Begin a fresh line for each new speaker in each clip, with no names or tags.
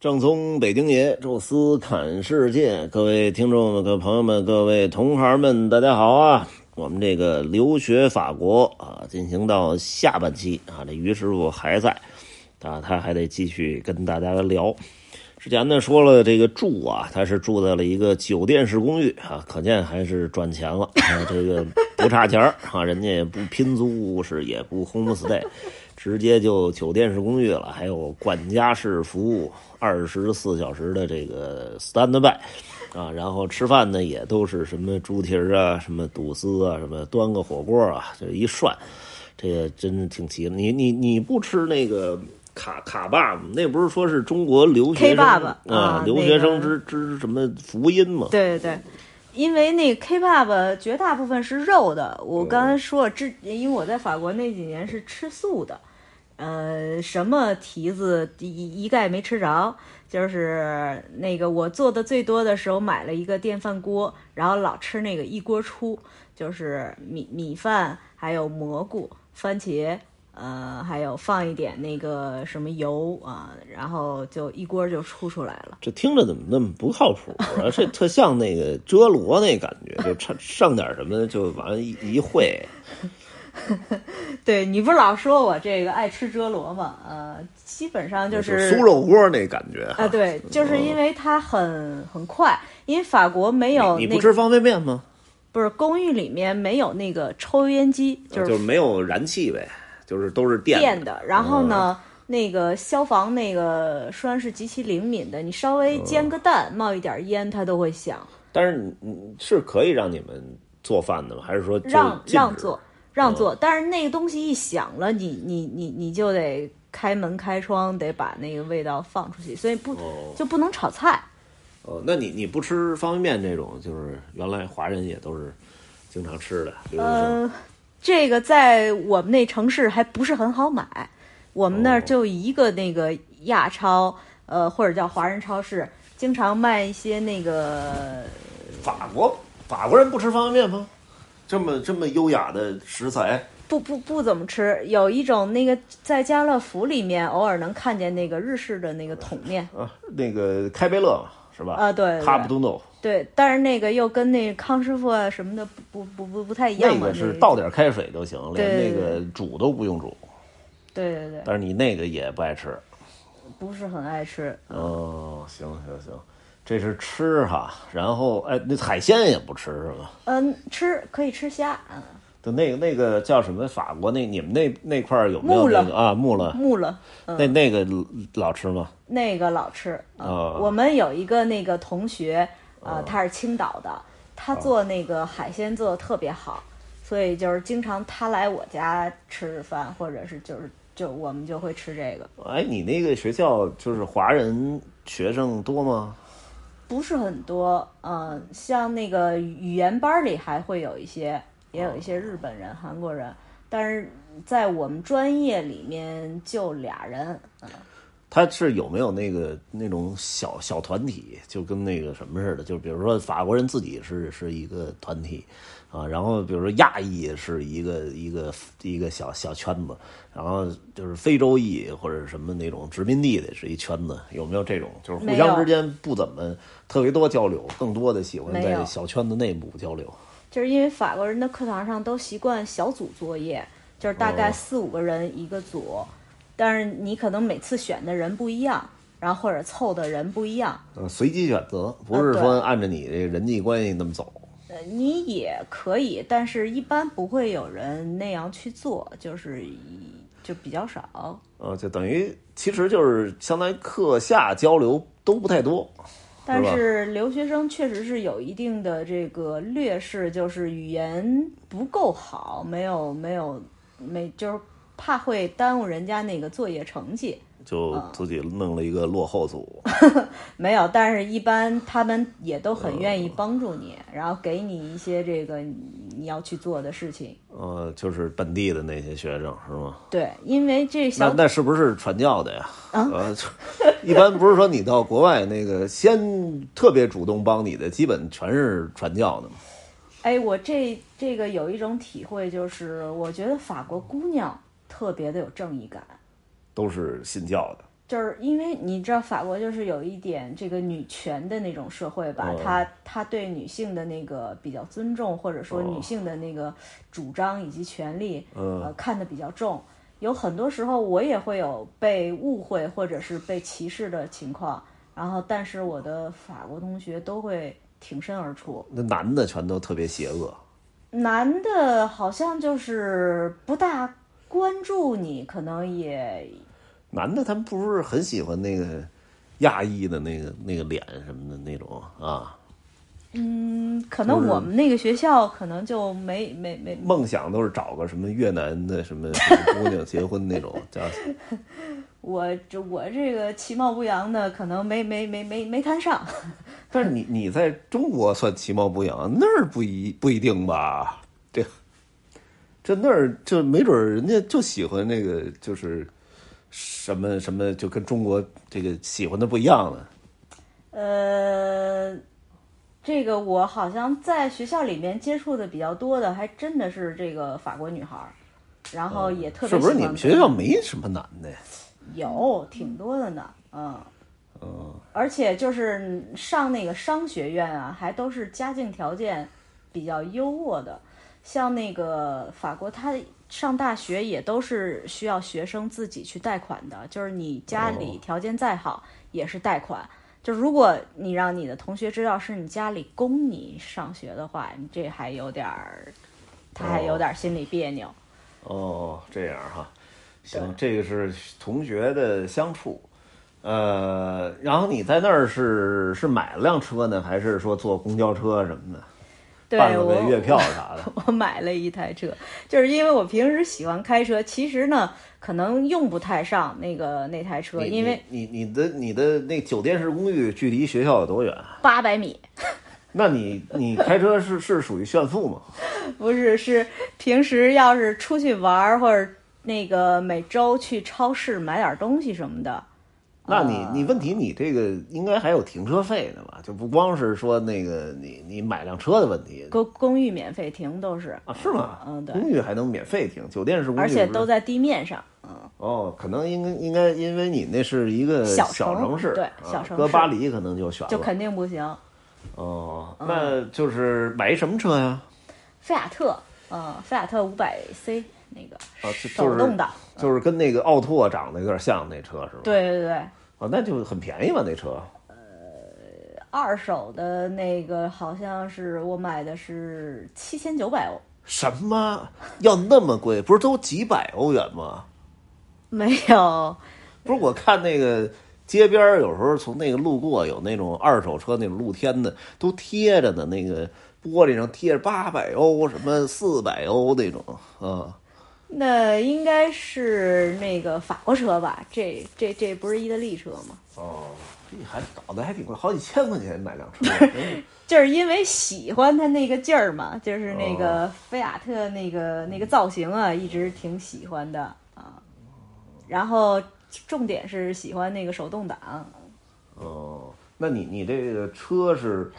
正宗北京爷，宙斯侃世界，各位听众们、各位朋友们、各位同行们，大家好啊！我们这个留学法国啊，进行到下半期啊，这于师傅还在啊，他还得继续跟大家聊。之前呢说了这个住啊，他是住在了一个酒店式公寓啊，可见还是赚钱了啊，这个不差钱儿啊，人家也不拼租是也不 homestay。直接就酒店式公寓了，还有管家式服务，二十四小时的这个 stand by，啊，然后吃饭呢也都是什么猪蹄儿啊，什么肚丝啊，什么端个火锅啊，这一涮，这个真是挺齐的。你你你不吃那个卡卡爸吗？那不是说是中国留学
K
生
爸爸
啊
啊，
留学生
那
之之什么福音嘛？
对对对，因为那 K-pop 绝大部分是肉的，我刚才说了，之因为我在法国那几年是吃素的，呃，什么蹄子一一概没吃着。就是那个我做的最多的时候，买了一个电饭锅，然后老吃那个一锅出，就是米米饭，还有蘑菇、番茄，呃，还有放一点那个什么油啊，然后就一锅就出出来了。
这听着怎么那么不靠谱啊？这特像那个遮罗那感觉，就上上点什么就完了一一会。
对你不是老说我这个爱吃遮罗吗？呃，基本上就
就是酥肉锅那感觉
啊，对，就是因为它很很快，因为法国没有
你你
哦那
不吃方便面吗？
不是公寓里面没有那个抽油烟机，就
啊就是没有燃气呗，就是都是电嗯
电的，然后呢。那个消防那个栓是极其灵敏的，你稍微
嗯
煎个蛋，冒一点烟，它都会响。
但是你你是可以让你们做饭的吗？还是说就
让
禁止嗯
让做？让做，但是那个东西一响了，你你你你就得开门开窗，得把那个味道放出去，所以不
哦
就不能炒菜。
哦，那你你不吃方便面这种，就是原来华人也都是经常吃的，比如说、
呃，这个在我们那城市还不是很好买，我们
哦
那儿就一个那个亚超，呃，或者叫华人超市，经常卖一些那个，
法国法国人不吃方便面吗？这么这么优雅的食材，
不不不怎么吃，有一种那个在家乐福里面偶尔能看见那个日式的那个桶面，
啊，那个开贝乐嘛是吧？
啊对对
哈布杜诺
对，但是那个又跟那康师傅啊什么的不不不不不太一样
那
嘛，
个是
那
倒点开水就行，连
对对
那个煮都不用煮。
对对对，
但是你那个也不爱吃。
不是很爱吃，
哦，行行行，这是吃哈，然后哎，那海鲜也不吃是吧？
嗯，吃可以吃虾，嗯，
就那个那个叫什么法国那你们那那块儿有没有
穆勒
那个啊穆勒？
木了，嗯。
那那个老吃吗？
那个老吃。
哦
我们有一个那个同学，呃，他是青岛的，他做那个海鲜做的特别好，所以就是经常他来我家吃饭，或者是就是就我们就会吃这个，
哎，你那个学校就是华人学生多吗？
不是很多，嗯、像那个语言班里还会有一些，也有一些日本人、韩国人，但是在我们专业里面就俩人，嗯
他是有没有那个那种小小团体，就跟那个什么似的？就比如说法国人自己是是一个团体，啊，然后比如说亚裔是一个一个一个小小圈子，然后就是非洲裔或者什么那种殖民地的是一圈子，有没有这种？就是互
没
相
有
之间不怎么特别多交流，更多的喜欢
没
在
有
小圈子内部交流。
就是因为法国人的课堂上都习惯小组作业，就是大概四五个人一个组，但是你可能每次选的人不一样，然后或者凑的人不一样，
嗯，随机选择，不是
呃对
说按照你这人际关系那么走。
呃，你也可以，但是一般不会有人那样去做，就是一就比较少。
啊，就等于其实就是相当于课下交流都不太多，
但
吧
是留学生确实是有一定的这个劣势，就是语言不够好，没有没有没就是怕会耽误人家那个作业成绩。
就自己弄了一个落后组。
没有，但是一般他们也都很愿意帮助你，然后给你一些这个你你要去做的事情。
呃，就是本地的那些学生是吗？
对，因为这
那
小
那是不是传教的呀？呃，就一般不是说你到国外那个先特别主动帮你的，基本全是传教的嘛。
哎，我这这个有一种体会，就是我觉得法国姑娘特别的有正义感。
都是信教的。
就是因为你知道法国就是有一点这个女权的那种社会吧
哦，
他他对女性的那个比较尊重，或者说
哦
女性的那个主张以及权利，
嗯
呃，看得比较重。有很多时候我也会有被误会或者是被歧视的情况，然后但是我的法国同学都会挺身而出。
那男的全都特别邪恶，
男的好像就是不大关注你，可能也
男的他们不是很喜欢那个亚裔的那个那个脸什么的那种啊，
嗯，可能我们那个学校可能就没没没
梦想都是找个什么越南的什么 什么姑娘结婚那种，叫
我这我这个其貌不扬的，可能没没没没没谈上。
但是你你在中国算其貌不扬，那儿不一不一定吧？这这那儿就没准儿人家就喜欢那个就是什么什么，就跟中国这个喜欢的不一样了。
呃，这个我好像在学校里面接触的比较多的，还真的是这个法国女孩儿，然后也特别
哦是不是
喜
你
欢
们学校没什么男的呀？
有挺多的呢，嗯。而且就是上那个商学院啊，还都是家境条件比较优渥的。像那个法国，他上大学也都是需要学生自己去贷款的，就是你家里条件再好、也是贷款。就如果你让你的同学知道是你家里供你上学的话，你这还有点儿，他还有点儿心里别扭。
哦，这样哈，行，这个是同学的相处。呃，然后你在那儿是是买了辆车呢，还是说坐公交车什么的，
对
办了
我
个月票啥的？
我买了一台车，就是因为我平时喜欢开车，其实呢，可能用不太上那个那台 车，
你
因为
你你你的你的那酒店式公寓距离学校有多远？
八百米
那你你开车是是属于炫富 吗？
不是是平时要是出去玩儿或者那个每周去超市买点东西什么的，
那你
呃
你问题你这个应该还有停车费呢吧？就不光是说那个你你买辆车的问题
公公寓免费停都是，
啊，是吗？
嗯对
公寓还能免费停，酒店式公寓
而且
不是
都在地面上，嗯，
哦，可能应该应该因为你那是一个
小城
城市，
对
啊
小城
搁
市
巴黎可能就选了。
就嗯肯定不行。
哦，那就是买一什么车呀？
菲亚特，嗯，菲亚特五百 C 那个
啊，就就
手
是
动挡，
就是跟那个奥拓长得有点像那车是吧？
对对对。
哦，那就很便宜吧那车。
二手的那个好像是我买的是七千九百欧，
什么要那么贵？不是都几百欧元吗？
没有，
不是，我看那个街边儿有时候从那个路过，有那种二手车那种露天的，都贴着呢，那个玻璃上贴着八百欧、什么四百欧那种啊。
那应该是那个法国车吧？这这这不是意大利车吗？
哦，这还搞得还挺贵，好几千块钱买辆 车，真
就是因为喜欢它那个劲儿嘛，就是那个菲亚特那个那个造型啊，一直挺喜欢的啊。然后重点是喜欢那个手动挡，
的哦，那你你这个车是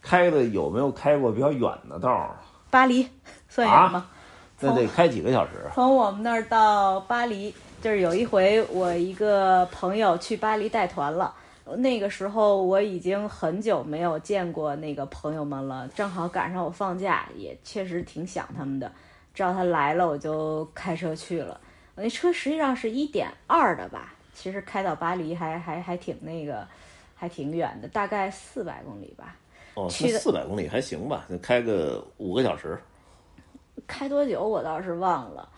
开的有没有开过比较远的道儿？
巴黎算远吗？哦
那得开几个小时？啊
从我们那儿到巴黎，就是有一回我一个朋友去巴黎带团了，那个时候我已经很久没有见过那个朋友们了，正好赶上我放假，也确实挺想他们的。知道他来了，我就开车去了。我那车实际上是一点二的吧，其实开到巴黎还还还挺那个，还挺远的，大概四百公里吧。
哦，
去
那
的
四百公里还行吧，那开个五个小时。
开多久我倒是忘了，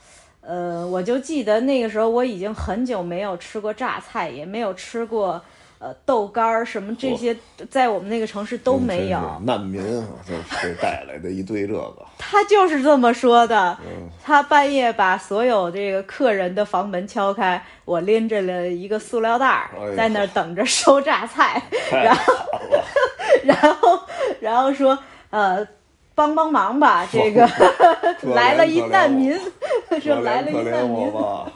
呃，我就记得那个时候我已经很久没有吃过榨菜，也没有吃过呃豆干儿什么这些，在我们那个城市都没有。
嗯真是难民啊，就是带来的一堆这个。
他就是这么说的，
嗯
他半夜把所有这个客人的房门敲开，我拎着了一个塑料袋儿
哎呦，
在那儿等着收榨菜，然后， 然后，然后说，呃，帮帮忙吧，这个来了一难民，说来了一难民，
吧。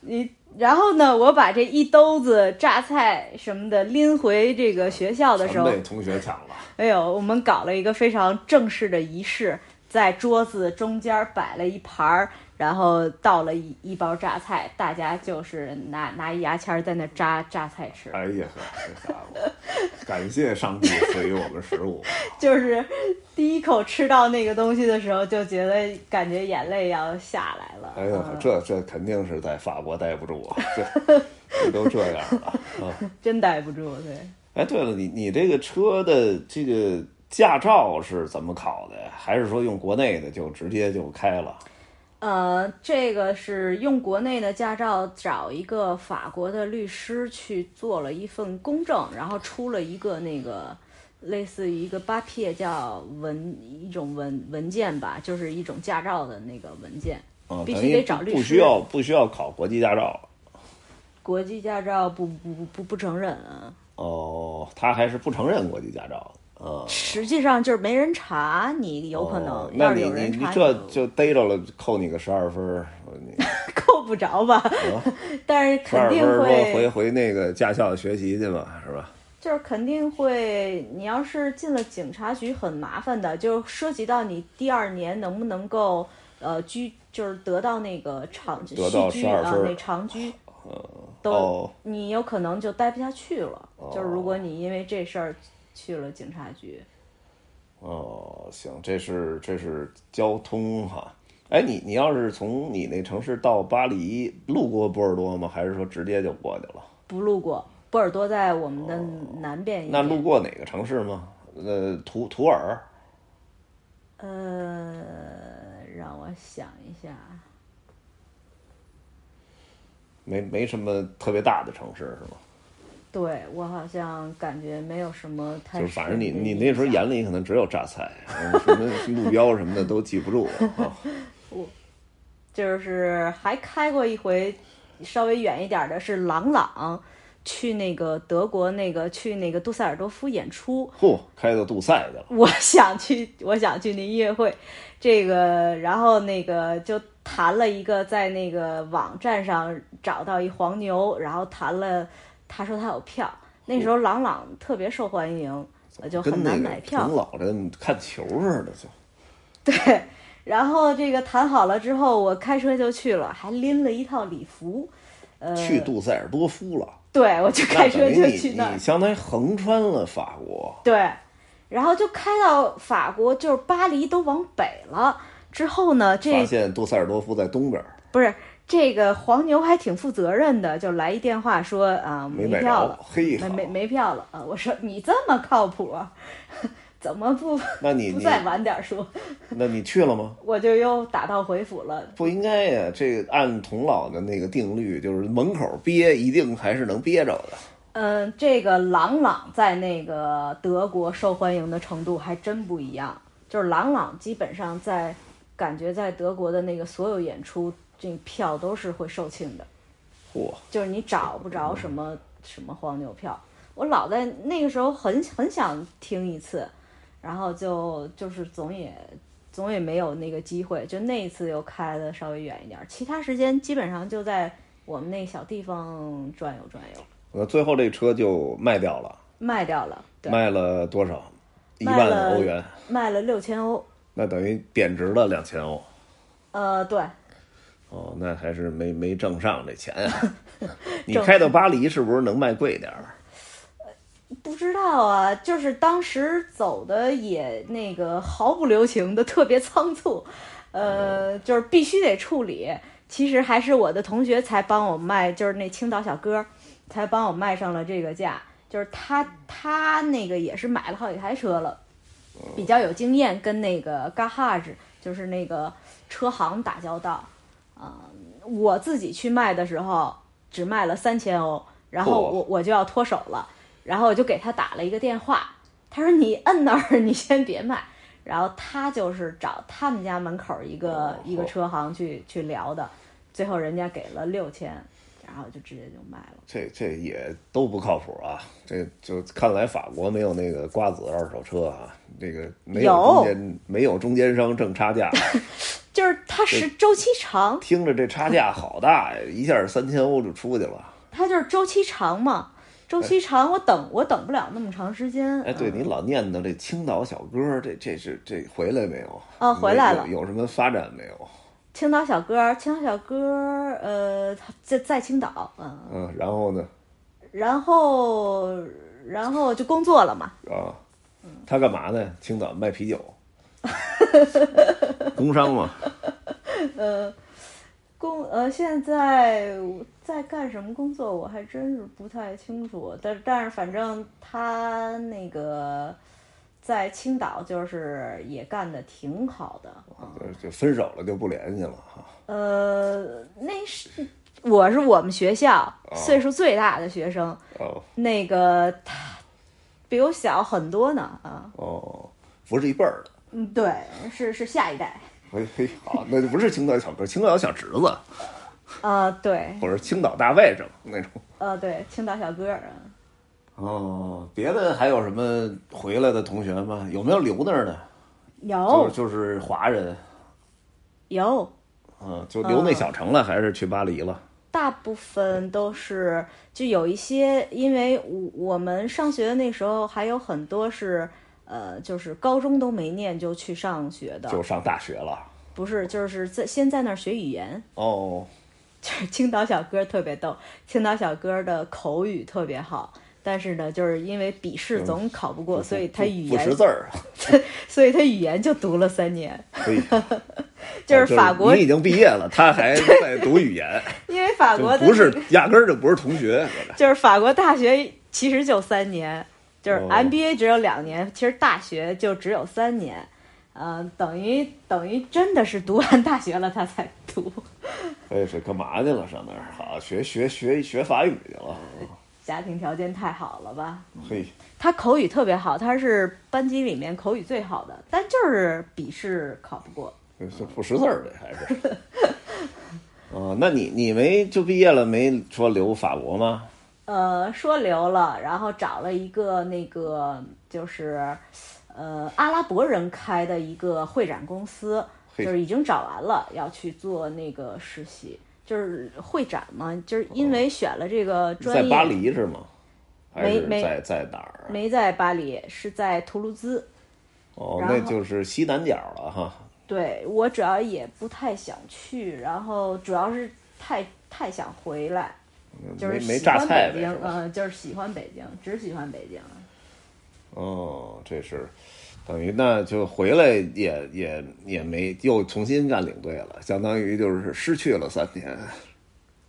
你然后呢，我把这一兜子榨菜什么的拎回这个学校 的时候，
同学抢了。
哎呦，我们搞了一个非常正式的仪式，在桌子中间摆了一盘儿然后倒了一一包榨菜，大家就是拿拿一牙签儿在那榨榨菜吃，
哎呀呵，这家伙， 感谢上帝赐予我们食物。
就是第一口吃到那个东西的时候，就觉得感觉眼泪要下来了。
哎呀
嗯，
这这肯定是在法国待不住啊，这这都这样了 啊。
真待不住，对。
哎，对了，你你这个车的这个驾照是怎么考的呀？还是说用国内的就直接就开了？
呃，这个是用国内的驾照找一个法国的律师去做了一份公证，然后出了一个那个类似于一个八撇叫文一种文文件吧，就是一种驾照的那个文件，
啊，
必
等
须
于
得找律
不
师
需要不需要考国际驾照。
国际驾照不不不不不承认啊，
哦，他还是不承认国际驾照的啊。
实际上就是没人查，你有可能、
哦那
要是
你
有
你
人
你
查
这
你
就逮着了，扣你个十二分儿，你
够不着吧， 但是
十二分
肯定
哦儿
会
说回回那个驾校学习去嘛，是吧？
就是肯定会，你要是进了警察局很麻烦的，就涉及到你第二年能不能够呃居，就是得到那个长续
得到
居
12
啊
分，
那长居都、
哦，
你有可能就待不下去了。就是如果你因为这事儿去了警察局，
哦，行，这是这是交通哈。哎，你你要是从你那城市到巴黎，路过波尔多吗？还是说直接就过去了？
不路过波尔多在我们的南边一
哦那
点，
路过哪个城市吗？呃，图图尔。
呃，让我想一下，
没没什么特别大的城市是吗？
对我好像感觉没有什么太
就是反正你
深的
你
印
那时候
象
眼里可能只有榨菜，然后什么 路标什么的都记不住啊。
就是还开过一回，稍微远一点的是朗朗，去那个德国那个去那个杜塞尔多夫演出。
嚯，开到杜塞去了。
我想去，我想去那音乐会，这个，然后那个就谈了一个在那个网站上找到一黄牛，然后谈了，他说他有票，那时候朗朗特别受欢迎，呃就
跟
很
那
难
个
买票
跟。老人看球似的，就
对，然后这个谈好了之后，我开车就去了，还拎了一套礼服，呃，
去杜塞尔多夫了。
对，我就开车
那
就
等于你
去那
你
儿。
相当于横穿了法国。
对，然后就开到法国，就是巴黎都往北了。之后呢，
发
这
现杜塞尔多夫在东边儿，
不是这个黄牛还挺负责任的，就来一电话说啊、
没买
票
着
了，，
嘿好，
没没没票了啊！我说你这么靠谱 啊，怎么不
那你
不
你
再晚点说？
那你去了吗？
我就又打道回府了。
不应该呀，这个按童老的那个定律，就是门口憋一定还是能憋着的。
嗯，这个朗朗在那个德国受欢迎的程度还真不一样。就是朗朗基本上在感觉在德国的那个所有演出，这票都是会售罄的，
嚯，
就是你找不着什么什么黄牛票。我老在那个时候很很想听一次，然后就就是总也总也没有那个机会。就那一次又开的稍微远一点儿，其他时间基本上就在我们那小地方转悠转悠，
呃，最后这车就卖掉了，
卖掉了。对。
卖了多少？一
卖
万
了
欧元，
卖了六千欧。
那等于贬值了两千欧。
呃，对，
哦，那还是没没挣上这钱啊！ 你
挣
开到巴黎是不是能卖贵点儿？
不知道啊，就是当时走的也那个毫不留情的，特别仓促，呃，就是必须得处理。其实还是我的同学才帮我卖，就是那青岛小哥儿才帮我卖上了这个价。就是他他那个也是买了好几台车了，比较有经验，跟那个 garage 就是那个车行打交道。啊、我自己去卖的时候只卖了三千欧，然后
嚯
我我就要脱手了，然后我就给他打了一个电话，他说你摁那儿， 你先别卖。然后他就是找他们家门口一个、
哦
一个车行去去聊的，最后人家给了六千，然后就直接就卖了。
这这也都不靠谱啊！这就看来法国没有那个瓜子二手车啊，这个没有
有
中间没有中间商挣差价，
就是它是周期长，
听着这差价好大呀，一下三千欧就出去了。
它就是周期长嘛，周期长我等我等不了那么长时间。
哎，对
嗯
你老念叨这青岛小哥，这这是这回来没有？
哦回来了
有有什么发展没有？
青岛小哥，青岛小哥，呃，他在在青岛，嗯，
嗯，然后呢？
然后然后就工作了嘛，
啊，
嗯
他干嘛呢？青岛卖啤酒， 工商嘛。
工呃，现在我在干什么工作，我还真是不太清楚。但但是反正他那个在青岛就是也干的挺好的。
就就分手了就不联系了哈。
呃，那是我是我们学校岁数最大的学生，
哦
那个他比我小很多呢啊。
哦，不是一辈儿的。
嗯，对，是是下一代。
嘿嘿，好，那就不是青岛小哥，青岛小侄子，
呃，对，
或者青岛大外甥那种。
呃，对，青岛小哥儿啊。
哦，别的还有什么回来的同学吗？有没有留那儿的？就
有
是就是华人，
有，
嗯，就留那小城了，还是去巴黎了？
大部分都是就有一些，因为我我们上学的那时候还有很多是，呃，就是高中都没念就去上学的，
就上大学了。
不是，就是在先在那儿学语言。
哦，
就是青岛小哥特别逗，青岛小哥的口语特别好，但是呢，就是因为笔试总考不过，所以他语
嗯不识
言
字， 儿，
所以他语言就读了三年，
可 以。
就
啊
是法国，
你已经毕业了，他还在读语言，
因为法
就
国的
不是
那个
压根儿就不是同学。
就是法国大学其实就三年，就是
哦
MBA 只有两年，其实大学就只有三年，呃，等于等于真的是读完大学了他才读，
哎，是干嘛去了？上那儿好学学学学法语去了。
家庭条件太好了吧？
嘿，
他口语特别好，他是班级里面口语最好的，但就是笔试考不过。
这不识字儿的还是。 啊，那你你没就毕业了没说留法国吗？
呃，说留了，然后找了一个那个就是，呃，阿拉伯人开的一个会展公司，
嘿
就是已经找完了，要去做那个实习，就是会展嘛，就是因为选了这个专业，
哦在巴黎是吗？还是
没
在在哪儿啊？
没在巴黎，是在图卢兹。
哦，
然后
那就是西南角了哈。
对我主要也不太想去，然后主要是太太想回来，就是
没没
喜
榨
欢
菜
北
呗
京
是，吧？
呃，就是喜欢北京，只喜欢北京。
哦，这是等于那就回来也也也没又重新干领队了，相当于就是失去了三年。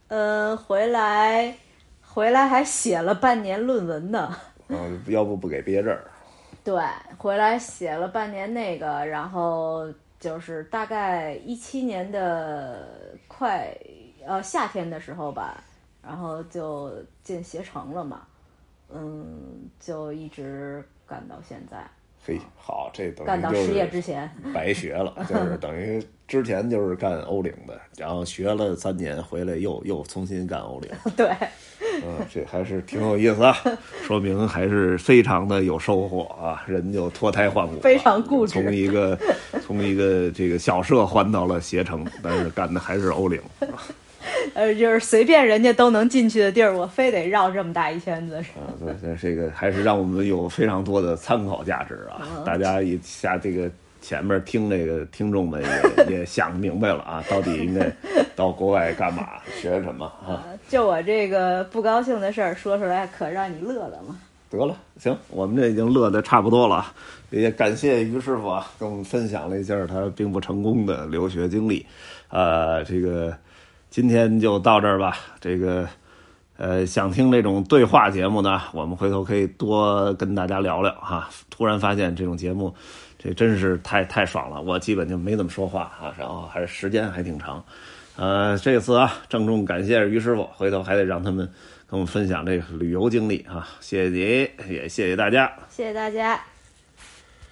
呃，回来回来还写了半年论文呢。
嗯，要不不给憋这儿。
对，回来写了半年那个，然后就是大概一七年的快呃夏天的时候吧，然后就进携程了嘛，嗯，就一直干到现在，
嘿，好，这等
干
于
到
哦就
失业
是
之前。
白学了，就是等于之前就是干欧领的，然后学了三年回来又又重新干欧领，
对，
嗯，这还是挺有意思啊，说明还是非常的有收获啊，人就脱胎换骨了，
非常固执
从一个从一个这个小社换到了携程，但是干的还是欧领，
呃，就是随便人家都能进去的地儿，我非得绕这么大一圈子。
啊，对，这这个还是让我们有非常多的参考价值啊！大家一下这个前面听这个听众们也也想明白了啊，到底应该到国外干嘛，学什么啊？
就我这个不高兴的事儿说出来，可让你乐了嘛。
得了，行，我们这已经乐得差不多了啊，也感谢于师傅啊，跟我们分享了一下他并不成功的留学经历，呃，这个今天就到这儿吧，这个。呃，想听这种对话节目呢，我们回头可以多跟大家聊聊哈。突然发现这种节目，这真是太太爽了，我基本就没怎么说话啊，然后还是时间还挺长。呃，这次啊，郑重感谢于师傅，回头还得让他们跟我们分享这个旅游经历啊，谢谢你，也谢谢大家。
谢谢大家。